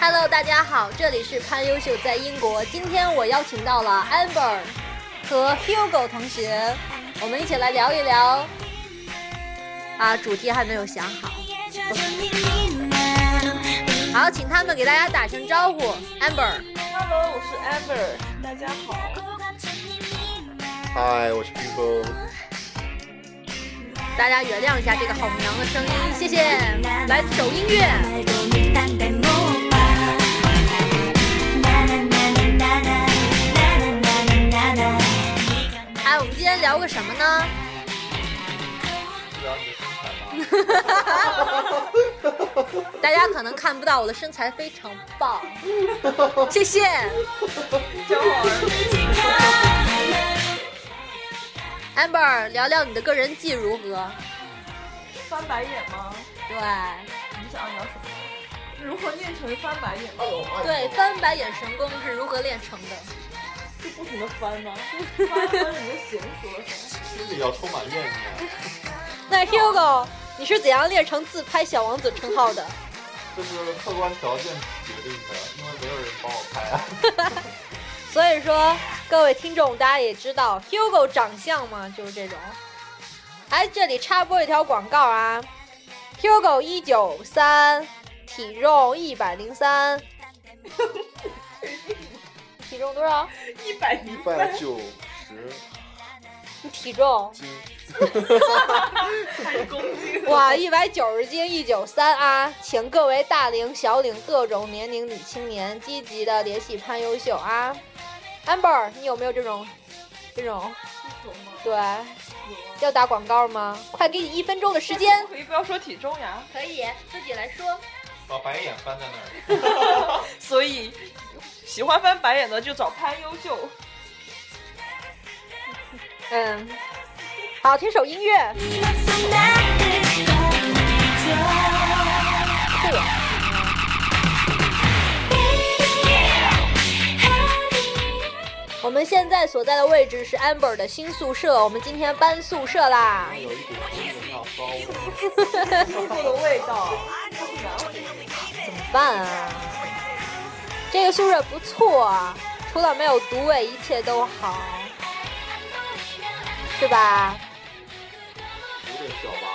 Hello，大家好，这里是潘优秀在英国。今天我邀请到了 Amber 和 Hugo 同学，我们一起来聊一聊。啊，主题还没有想好。好，请他们给大家打声招呼。Amber， Hello，我是 Amber，大家好。嗨，我是冰峰。 大家原谅一下这个好娘的声音，谢谢。来首音乐。 哎，我们今天聊个什么呢？大家可能看不到我的身材非常棒，谢谢。 交往 Amber，聊聊你的个人技如何？翻白眼吗？对，你想要聊什么？如何练成翻白眼？哎对，翻白眼神功是如何练成的？就不停的翻吗？翻翻你就娴熟了噻。心里要充满怨念，那 Hugo，你是怎样练成自拍小王子称号的？这是客观条件决定的，因为没有人帮我拍啊。所以说，各位听众，大家也知道 Hugo 长相嘛，就是这种。哎，这里插播一条广告啊，Hugo 一九三，体重一百零 三，体重多少？一百一一百九十你体重？斤，百公斤。 哇，一百九十斤，一九三啊！请各位大龄、小龄各种年龄女青年积极的联系潘优秀啊！Amber，你有没有这种这种有吗？对有啊。要打广告吗？快给你一分钟的时间。可以不要说体重呀。可以自己来说。 把白眼翻在那所以喜欢翻白眼的就找潘优秀。嗯，好，听首音乐。我们现在所在的位置是 Amber 的新宿舍，我们今天搬宿舍 啦。里，有一股空气上骚味。猪肉的味道，好难闻。办啊？这个宿舍不错啊，除了没有独卫，一切都好，是吧？有点小吧？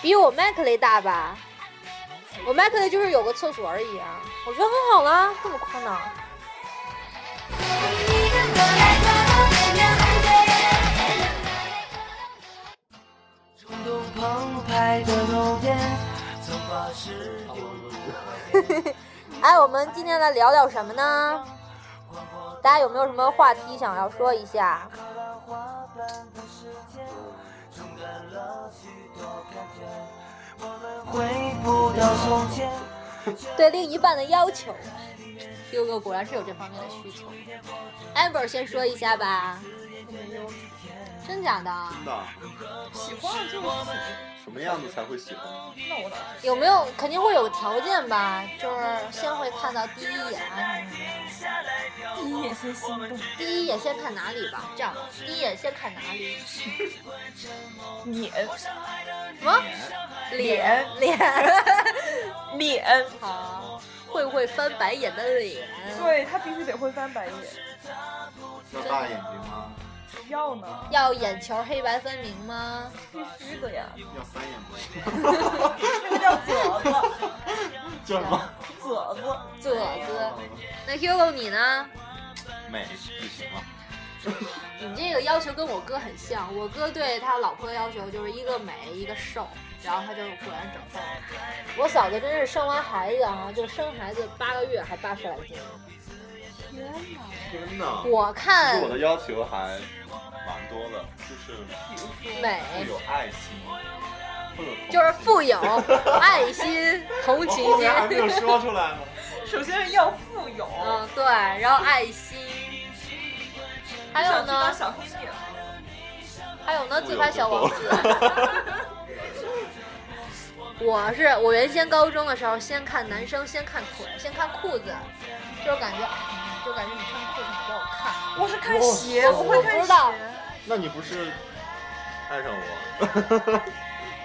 比我 Mac 雷大吧？我 Mac 雷就是有个厕所而已啊，我觉得很好啦，这么宽呢？冲动澎湃的冬天，曾把时间哎，我们今天来聊聊什么呢？大家有没有什么话题想要说一下？回不到从前。对另一半的要求，Hugo 果然是有这方面的需求。Amber 先说一下吧，真假的？真的？喜欢就喜，什么样子才会喜欢？那我哪有没有肯定会有条件吧？就是先会看到第一眼啊什么的。第一眼先心动，第一眼先看哪里吧？这样，第一眼先看哪里？脸什么？脸脸。脸，好，会不会翻白眼的脸？对他必须得会翻白眼，要大眼睛吗？要呢要眼球黑白分明吗？必须的呀，要三眼吗？ 这个叫褶子，叫什么？褶子。褶子。那 Hugo 你呢？ 美就行了。你这个要求跟我哥很像，我哥对他老婆的要求就是一个美一个瘦，然后他就果然整瘦了。我嫂子真是生完孩子啊，就生孩子八个月还八十来斤。天哪！真的？我其看实我的要求还蛮多的，就是比如说，美会有爱心，会有同情就是富 有、爱心、 同情哦我后心面，还没有 说出来呢。首先是要富有，嗯对，然后爱心，嗯还有你想知道呢，小黑脸吗？还有呢， 自拍小王子。我是我原先高中的时候，先看男生，先看腿，先看裤子，就是感觉，哎就感觉你穿裤子好不好看。我是看鞋，我我会我不看知道鞋。 那你不是爱上我？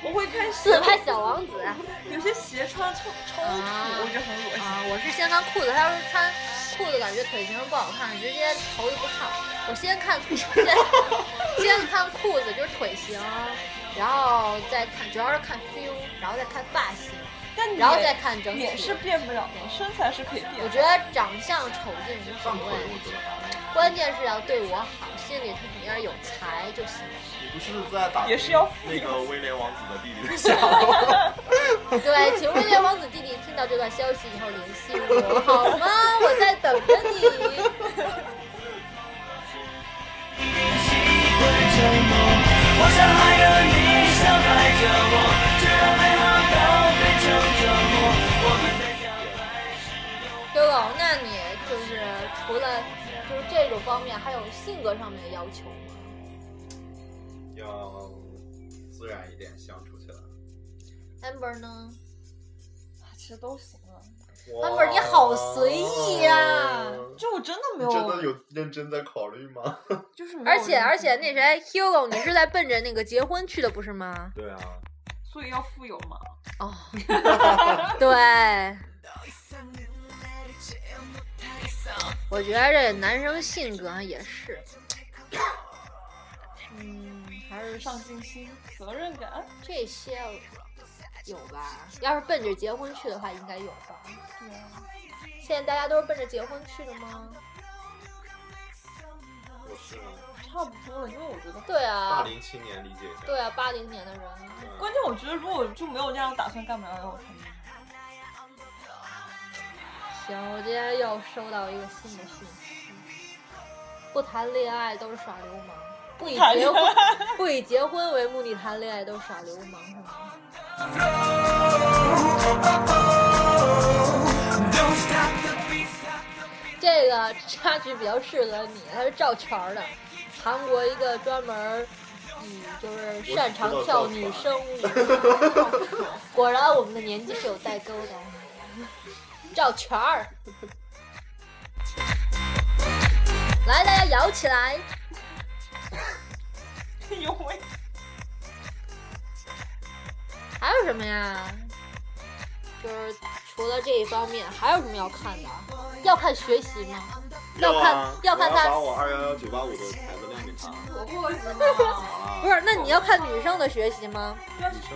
我会看鞋自拍小王子啊！有些鞋穿超超土，啊我觉得很恶心。我是先看裤子，他要是穿裤子感觉腿型不好看，直接头就不看。我先看先 先看裤子，就是腿型，然后再看，主要是看 feel，然后再看发型，但然后脸再看整体。嗯脸是变不了的，身材是可以变的。我觉得长相丑净无所上腿谓，我觉得还好，关键是要对我好，心里头里面有才就行。你不是在打也是要富那有个威廉王子的弟 弟的下吗？对，请威廉王子弟弟听到这段消息以后联系我好吗？我在等着你。周总，那你就是除了就是这种方面，还有性格上面的要求吗？要自然一点相处起来。 Amber 呢其实都行啊了，安本儿你好随意呀就我真的没你真的有，有认真在考虑吗？就是没有而且人而且那谁 Hugo，你是在奔着那个结婚去的不是吗？对啊，所以要富有嘛。 哦，对，我觉得这男生性格也是，嗯，还是上进心、责任感，哎这些有吧？要是奔着结婚去的话，应该有吧？对啊，现在大家都是奔着结婚去的吗？我是啊差不多了。因为我觉得，对大啊，龄青年，理解一下。对啊，八零年的人，嗯，关键我觉得如果就没有这样的打算，干嘛要让我参加？ 行，我今天又收到一个新的信息，不谈恋爱都是耍流氓，不以谈结恋婚不以结婚为目的谈恋爱都是耍流氓，是吗？这个插曲比较适合你，它是赵传儿的，韩国一个专门儿以就是擅长跳女生舞的。 果然我们的年纪是有代沟的。赵全儿，来，大家摇起来！有为还有什么呀？就是除了这一方面，还有什么要看的？要看学习吗？要看啊要看我他把我二幺幺九八五的牌子亮给他。 不是，那你要看女生的学习吗？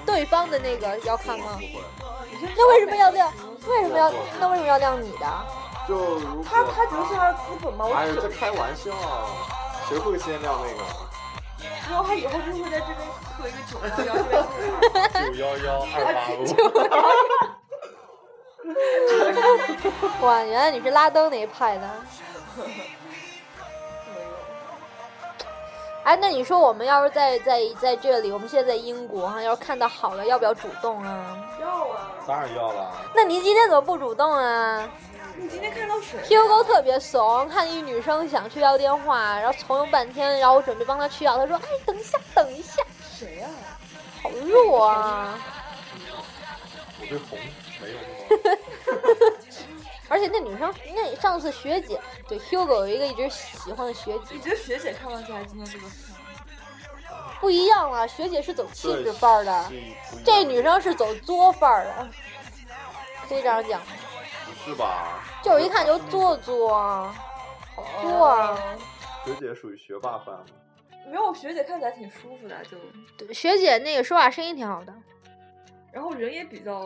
对方的那个要看吗？那为什么要亮？为什么要？那为什么要亮你的？就如果他他觉得是他的资本嘛，哎我呀，在只开玩笑，啊谁会先亮那个？然后他以后就会在这边刻一个九幺幺，这边刻一九个幺幺二八五， 哇，原来你是拉登那一派的。哎，那你说我们要是在在在这里，我们现在在英国哈，要是看到好的，要不要主动啊？要啊！当然要啦。那你今天怎么不主动啊你今天看到谁？ ？Hugo 特别怂，看一女生想去要电话，然后从容半天，然后我准备帮她去要，她说：“哎，等一下，等一下。谁呀、”好弱啊！我对红没有那么。而且那女生，那上次学姐对 Hugo 有一个一直喜欢的学姐你，觉得学姐看到起来今天这个事吗？不一样啊，学姐是走气质范儿的，这女生是走作范儿的，可以这样讲，不是吧？就是一看就做作啊，好作啊。学姐属于学霸范吗？嗯没有，学姐看起来挺舒服的，就对学姐那个说话声音挺好的，然后人也比较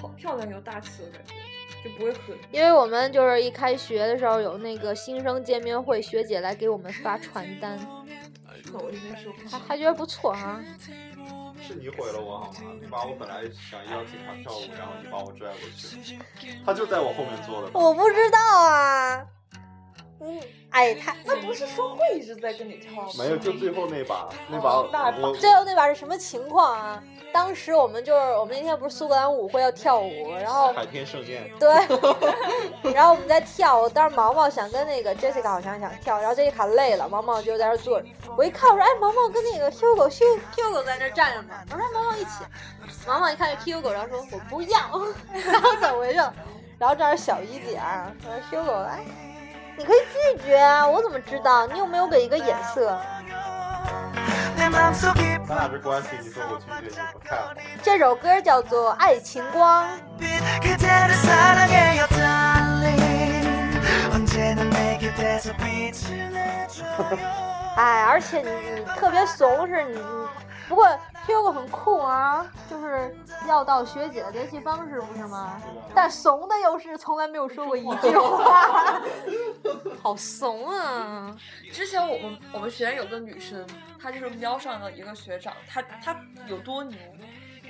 好漂亮又大气的感觉，就不会很因为我们就是一开学的时候有那个新生见面会，学姐来给我们发传单，哎丑。我应该是还还觉得不错啊。是你毁了我好吗？你把我本来想邀请他跳舞，然后你把我拽过去，他就在我后面坐的。我不知道啊，嗯，哎，他那不是说会一直在跟你跳吗？没有，就最后那把，那把那我最后那把是什么情况啊？当时我们就是我们那天不是苏格兰舞会要跳舞，然后海天盛宴，对，然后我们在跳，我当时毛毛想跟那个 Jessica 好像想跳，然后 Jessica 累了，毛毛就在那儿坐着。我一看，我说哎，毛毛跟那个 Hugo Hugo Hugo 在那儿站着呢，我说哎毛毛一起。毛毛一看是 Hugo，然后说我不要， 然后走回去了。然后这儿小姨姐啊说 Hugo 哎，你可以拒绝啊，我怎么知道？你有没有给一个眼色？那咱俩这关系，你说我拒绝你不太好。这首歌叫做《爱情光》。 그대를 사랑해요 darling 언제나 내게 대서 빛을 내줘요 哎，而且你你特别怂是你，你不过 Hugo 很酷啊，就是要到学姐的联系方式不是吗？但怂的又是从来没有说过一 句话，好怂啊！之前我们我们学院有个女生，她就是瞄上了一个学长，她她有多牛？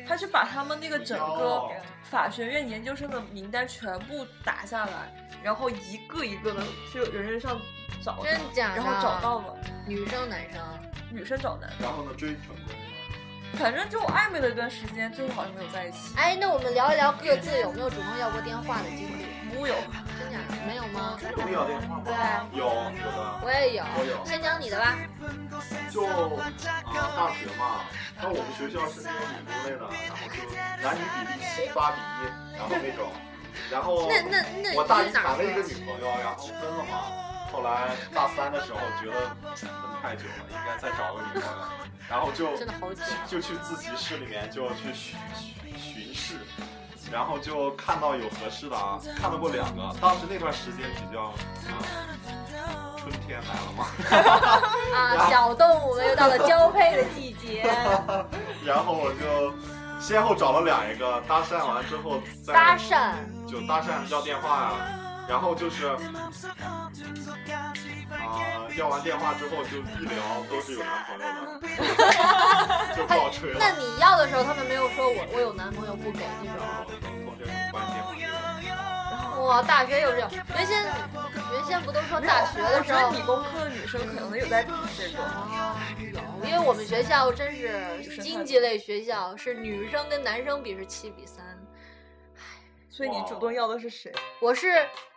她是把他们那个整个法学院研究生的名单全部打下来，然后一个一个的去人人上找她，真假的然后找到了女生男生，女生找男的，然后呢，追成功了。反正就暧昧了一段时间，最后好像没有在一起。哎，那我们聊一聊各自有没有主动要过电话的经历？木有，真假的没有吗？真的要电话吗？有，有的。我也有我有先讲你的吧。就啊、大学嘛，那我们学校是那种理工类的，然后就男女比例七八比一，然后那种，然后那那那我大一你哪谈了一个个女朋友，啊然后分了嘛，后来大三的时候觉得分太久了，应该再找个女朋友，然后就真的好久。 就去自习室里面就去巡巡巡视，然后就看到有合适的啊，看到过两个，当时那段时间比较啊，春天来了嘛。 啊，小动 物们又到了交配的季 节，然后我就先后找了两一个搭讪完之后再搭讪。就搭讪要电话呀、啊然后就是啊、要完电话之后就一聊都是有男朋友 的，就爆吹哎那了。你要的时候，他们没有说我我有男朋友不给这种。同学很关心，哇，大学有这种，原先原先不都说大学的我时觉得候理工科的女生可能有在比这种。啊有，因为我们学校真是经济类学校，是女生跟男生比是七比三。所以你主动要的是谁？我是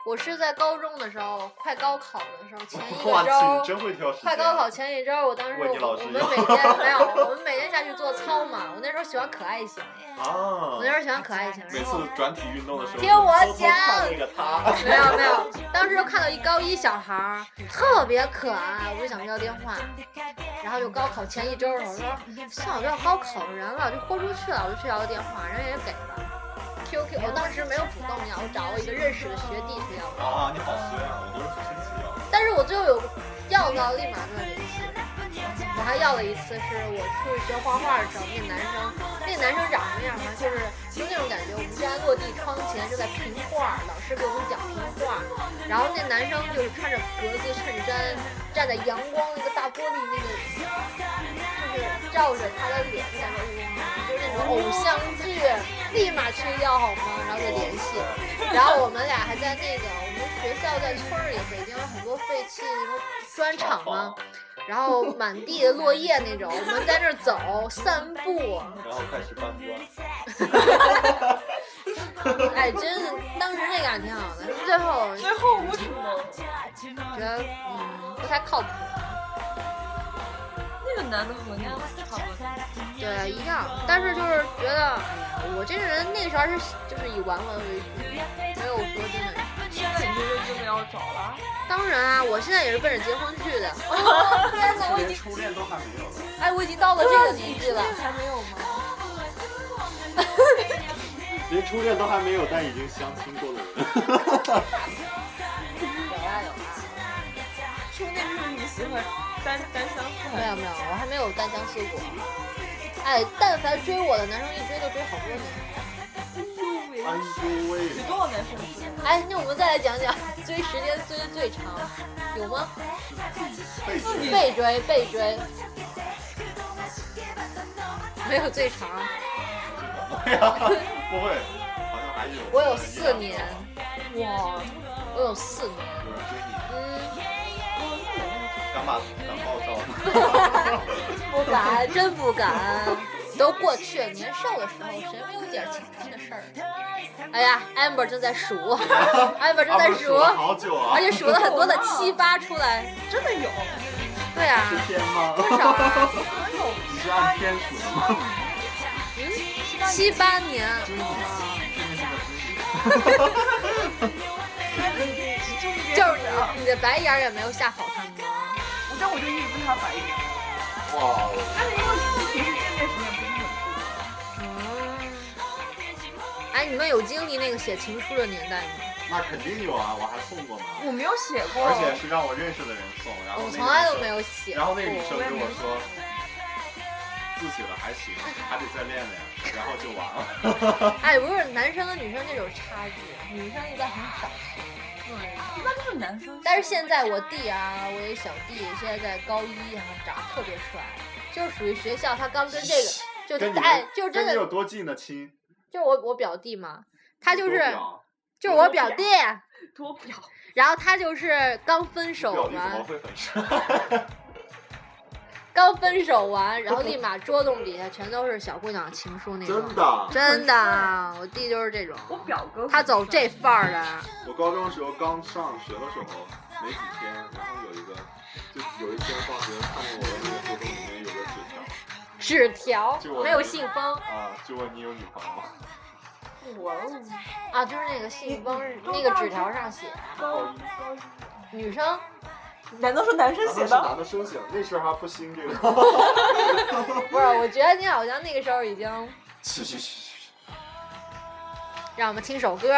我是在高中的时候，快高考的时候前一哇个去，你周。真会挑时间。快高考前一周，我当时问你我老师我们要每天没有，我们每天下去做操嘛。我那时候喜欢可爱型，啊我那时候喜欢可爱型，每然次后转体运动的时候，听我偷偷看那个他， 没有没有，当时就看到一高一小孩儿特别可爱，我就想要电话，然后就高考前一周， 我说算了，不要高考人了，就豁出去了，我就去要个电话，人家也给了。QQ，我当时没有主动要，我找我一个认识的学弟去要的，啊，你好衰啊！我都是很生气啊。但是我最后有要到，立马断联系。我还要了一次，是我去学画画的时候，那男生，那男生长什么样呢？就是就那种感觉，我们家落地窗前就在评画，老师给我们讲评画，然后那男生就是穿着格子衬衫，站在阳光那个大玻璃那个，就是照着他的脸在那呜，就是那种偶像剧，立马去要好吗？然后再联系，然后我们俩还在那个我们学校在村儿里，北京有很多废弃那种砖厂嘛。然后满地的落叶那种，我们在那儿走散步，然后开始搬砖。哎，真是当时那感觉挺好的，最后最后为什么觉得嗯不太靠谱，那个男的和你差不多？对，一样，但是就是觉得哎呀我这个人那时候还是就是以玩玩为主，没有说真的。现在你就真的要找了？当然啊，我现在也是奔着结婚去的。哦天哪，我已连经初恋都还没有呢。哎，我已经到了这个年纪了。还没有吗？连初恋都还没有，但已经相亲过的人。 有啊有啊，说不定就是你喜欢单单相思没有没有，我还没有单相思过。哎，但凡追我的男生一追就追好多年。哎呦喂！有多少男生追？哎，那我们再来讲讲追时间追的最长，有吗？被拒被追被追，没有最长，对啊呀，不会，好像还有。我有四年，哇，我有四年，有人追你，嗯，敢把敢爆照吗？不敢，真不敢。都过去了，年少的时候谁没有点青春的事儿？哎呀，amber 正在数 ，amber 正啊在不是数数，了好久啊而，且数了很多的七八出来。真的有，对啊，天吗？多少啊？你是按天数的吗？七八年，就是你的白眼儿也没有吓跑他们吗？我但我就一直不他白眼。哇，他的英文其实面面实验不是很多。哎，你们有经历那个写情书的年代吗？那肯定有啊，我还送过呢，我没有写过，而且是让我认识的人送，然哦后我那个从来女都生没有写然过。后那个女生跟我说，字写的还行，还得再练练，然后就完了。哎，不是男生跟女生这种差距，女生一般很少。一般都是男生。但是现在我弟啊，我有小弟，现在在高一，然后长得特别帅，就是属于学校，他刚跟这个跟就你哎，就真跟你的有多近的亲？就是我我表弟嘛，他就多是表啊就是我表弟，多表，然后他就是刚分你表手弟怎么嘛，会很帅？刚分手完，然后立马桌洞底下全都是小姑娘情书那种，真的，真的，我弟就是这种，我表哥他走这范儿的，我高中的时候刚上学的时候没几天，然后有一个，就有一天放学看见我的那个活动里面有个纸条纸条就我没有信封啊，就问你有女朋友吗？我啊，就是那个信封那个纸条上写高高一高一，女生，难道是男生难道写是的？男的生写的？啊那时候还不兴这个。不是，我觉得你好像那个时候已经，去去去去去！让我们听首歌，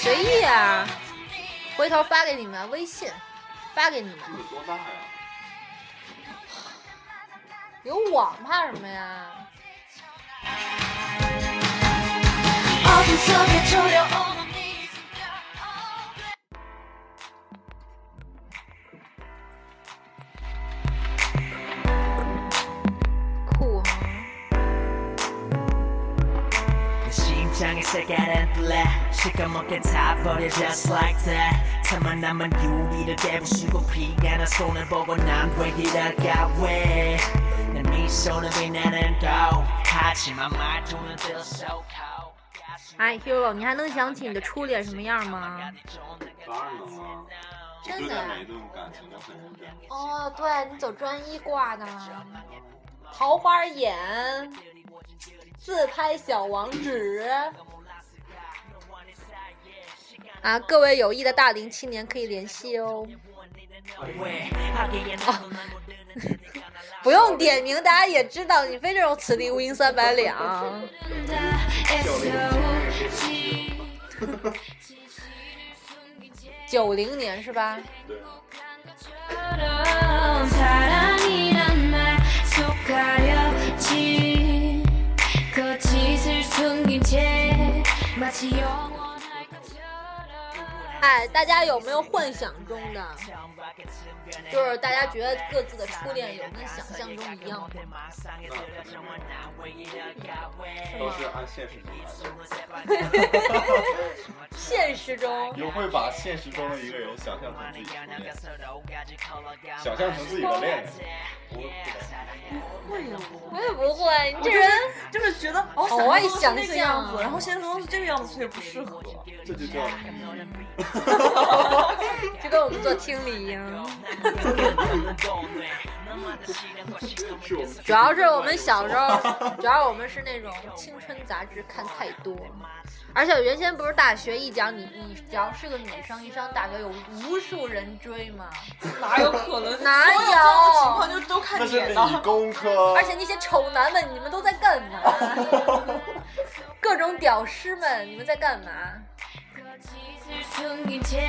随意啊，回头发给你们微信，发给你们，你多大呀？有网怕什么呀？酷哈， 심장의 색깔은 black 시커멓게 다 버려 just like that 차만 남은 유리를 깨부수고 피가 나 손을 보고 난 왜 이럴까 왜내 미소는 빛나는 거 하지만 말투는 feel so cold 哎，Hugo，你还能想起你的初恋什么样吗？当然能啊，我真对的待啊每一段感情都很认真。哦，对你走专一挂的，桃花眼，自拍小王子。啊，各位有意的大龄青年可以联系哦， 왜 하기엔 너무 나 不用点名，大家也知道，你非这种此地无银三百两。九零年是吧？对， 것처럼 사랑이란 말 속가렸지 거짓을 숨긴 채 마치 영원할 것처럼 哎，大家有没有幻想中的？就是大家觉得各自的初恋有跟想象中一样吗？都是按现实中来的。现实中你会把现实中的一个人想象成自己的初恋，想象成自己的恋人。我我也不会，你这就是 人就是觉得哦，偶尔想象中是想那个象样子，然后现实中是这个样子，所以不适合。这就嗯叫就跟我们做听力一样。 是我们主要是我们小时候，主要我们是那种青春杂志看太多，而且原先不是大学一讲你你只要是个女生，一上大学有无数人追嘛，哪有可能？哪有所这种情况就都看那 是脸理的。工科，而且那些丑男们你们都在干嘛？各种屌丝们你们在干嘛？ 거짓을 숨긴 채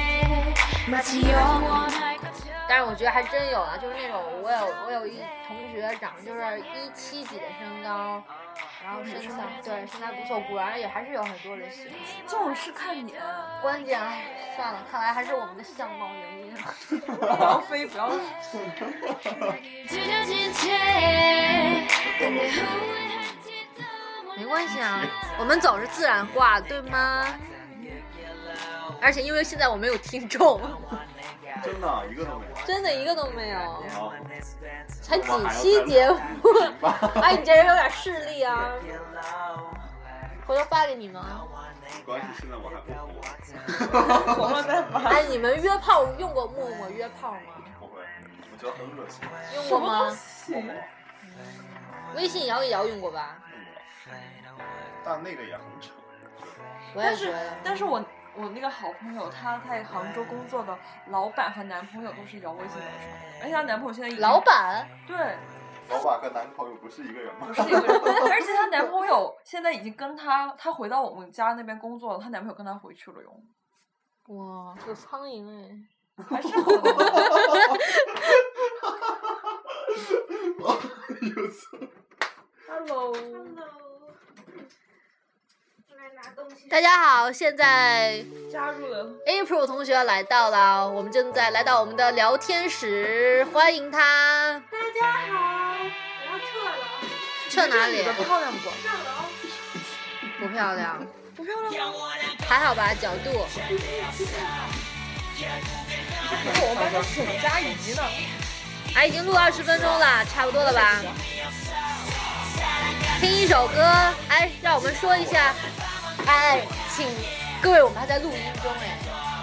마치 영원할 것처럼 但是我觉得还真有啊啊，就是那种我有我有一同学长得就是一七几的身高，然后身材对身材不错，果然也还是有很多人喜欢。这种是看脸，关键哎，算了，看来还是我们的相貌原因。 不要飞，不要。 찢어진 채 근데 후회할 짓도 没关系啊，我们总是自然挂，对 吗？而且因为现在我没有听众，真的一个都没有。真的一个都没有，好，才几期节目， 哎，你这人有点势力啊。回头发给你们。啊没关系，现在我还不红，我们在玩。哎，你们约炮用过陌陌约炮吗？不会，我觉得很恶心。用什过么东吗？西？微信摇一摇用过吧？但那个也很扯，我但也觉是得，但是我我那个好朋友，她在杭州工作的老板和男朋友都是摇微信摇出来的，而且她男朋友现在已经老板对老板和男朋友不是一个人吗不？是一个人，而且她男朋友现在已经跟她，她回到我们家那边工作了，她男朋友跟她回去了哟，哇，有苍蝇哎！还是好的 Hello，大家好，现在加入了 April 同学来到了，我们正在来到我们的聊天室，欢迎他。大家好，我要撤了，啊撤哪里你？的漂亮不？上楼。不漂亮，不漂亮吗？还好吧，角度。就是我们班的沈佳宜呢，哎，已经录二十分钟了，差不多了吧？听一首歌，哎，让我们说一下，哎，请各位，我们还在录音中，哎，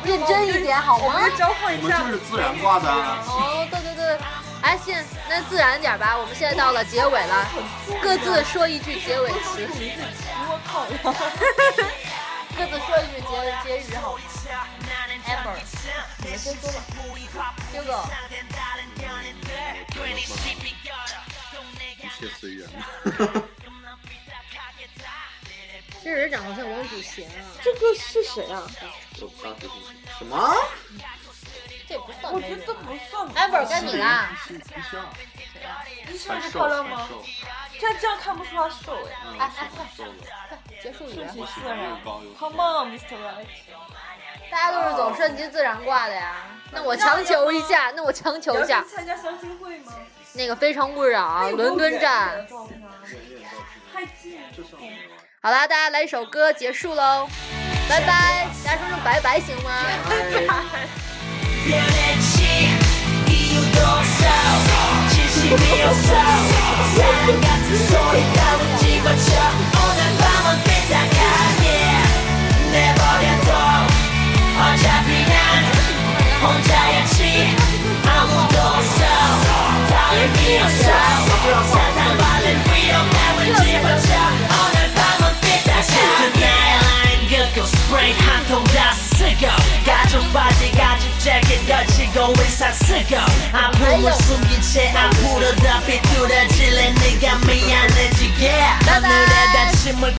认真一点好我吗们？就交我换一们下就是自然挂的啊，哦，对对对，哎，现那自然点吧，我们现在到了结尾了，各自说一句结尾词，我 靠，各自说一句结结语好吗？Amber，你们先说吧。 Hugo，一切随缘。这人长得像王祖贤啊，这个是谁啊？ 我不知道这是谁什么？这不算我觉得不算。 Amber 该你啦，是一笑，医生很不瘦，漂亮很吗？瘦，这这样看不出她瘦哎。嗯，哎是很瘦的。结束语顺言。其自又然。高又啊 Come on, Mr. Right。大家都是走顺其自然挂的呀。那我强求一下，那我强求一下你要去，参加相亲会吗？那个《非诚勿扰》啊伦敦站。，太近了。好啦，大家来一首歌结束喽，拜拜。大家说声拜拜行吗？ I'm blue, 숨긴 채안 풀어 다 비뚤어질래 네가 미안해지게 Bye bye. 하늘에 다짐을